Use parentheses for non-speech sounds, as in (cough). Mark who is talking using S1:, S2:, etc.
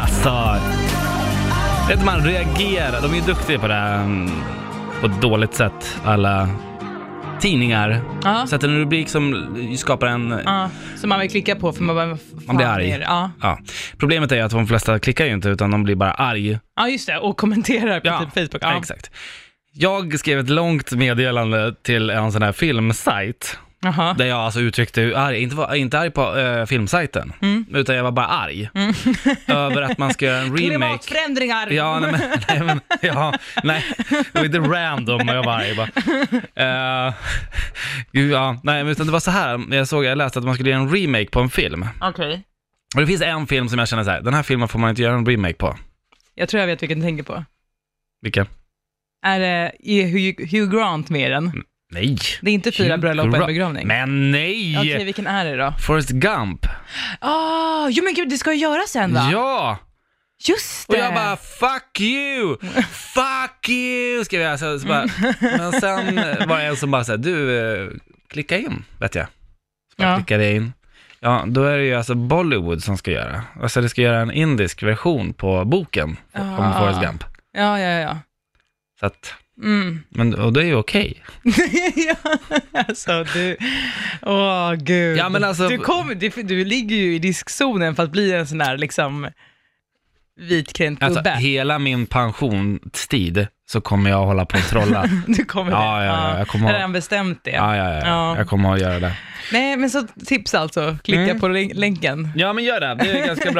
S1: Alltså... Vet man reagerar. De är ju duktiga på det här, mm, på ett dåligt sätt. Alla tidningar.
S2: Ja.
S1: Sätter en rubrik som skapar en...
S2: Ja, som man vill klicka på för man bara, vad fan
S1: Man blir arg.
S2: är det? Ja.
S1: Ja. Problemet är ju att de flesta klickar ju inte utan de blir bara arg.
S2: ja, just det. Och kommenterar på typ Facebook. Ja.
S1: exakt. Jag skrev ett långt meddelande till en sån här filmsajt.
S2: Jaha.
S1: Där jag alltså uttryckte hur arg, inte, var, inte arg på eh, filmsajten,
S2: Mm.
S1: utan jag var bara arg. Över att man ska göra
S2: (laughs)
S1: en remake.
S2: Klimatförändringar!
S1: Ja, nej, men, (laughs) nej, men, ja, nej, det var inte random och jag var arg bara. Eh, (laughs) gud, ja, nej, men utan det var så här, jag såg, jag läste att man skulle göra en remake på en film.
S2: Okej.
S1: Och det finns en film som jag känner så här, den här filmen får man inte göra en remake på.
S2: Jag tror jag vet vilken du tänker på.
S1: Vilken?
S2: Är det är Hugh, Hugh Grant med i den?
S1: Nej!
S2: Det är inte fyra bröllop och en
S1: Bra-
S2: begravning?
S1: Men Mm. nej!
S2: Okej, vilken är det då?
S1: Forrest Gump.
S2: Ah, jo men gud, det ska ju göras sen va?
S1: Ja!
S2: Just
S1: Och
S2: det!
S1: jag bara fuck
S2: (laughs)
S1: you, fuck you, skrev jag. Så, så bara, men sen var det en som bara sa, du, eh, klicka in, vet jag. Så bara
S2: Ja.
S1: klickade jag in. Ja, då är det ju alltså Bollywood som ska göra. Alltså det ska göra en indisk version på boken om
S2: Ah.
S1: Forrest Gump.
S2: Ja, ja, ja.
S1: Så att,
S2: Mm.
S1: men, och det är ju okej.
S2: (laughs) ja, alltså du, åh gud.
S1: Ja, men alltså-
S2: du, kom, du, du ligger ju i riskzonen för att bli en sån där liksom vitkränkt
S1: Alltså
S2: gubbe.
S1: hela min pensionstid så kommer jag hålla på och trolla.
S2: (laughs) du kommer
S1: Ja, ja, ja, jag kommer
S2: har
S1: ihåg.
S2: redan bestämt
S1: (laughs)
S2: det.
S1: ja, ja, ja,
S2: Ja.
S1: ja, jag kommer att göra det.
S2: Nej, men så tips alltså, klicka
S1: Mm.
S2: på län- länken.
S1: Ja, men gör det. Det är ganska bra.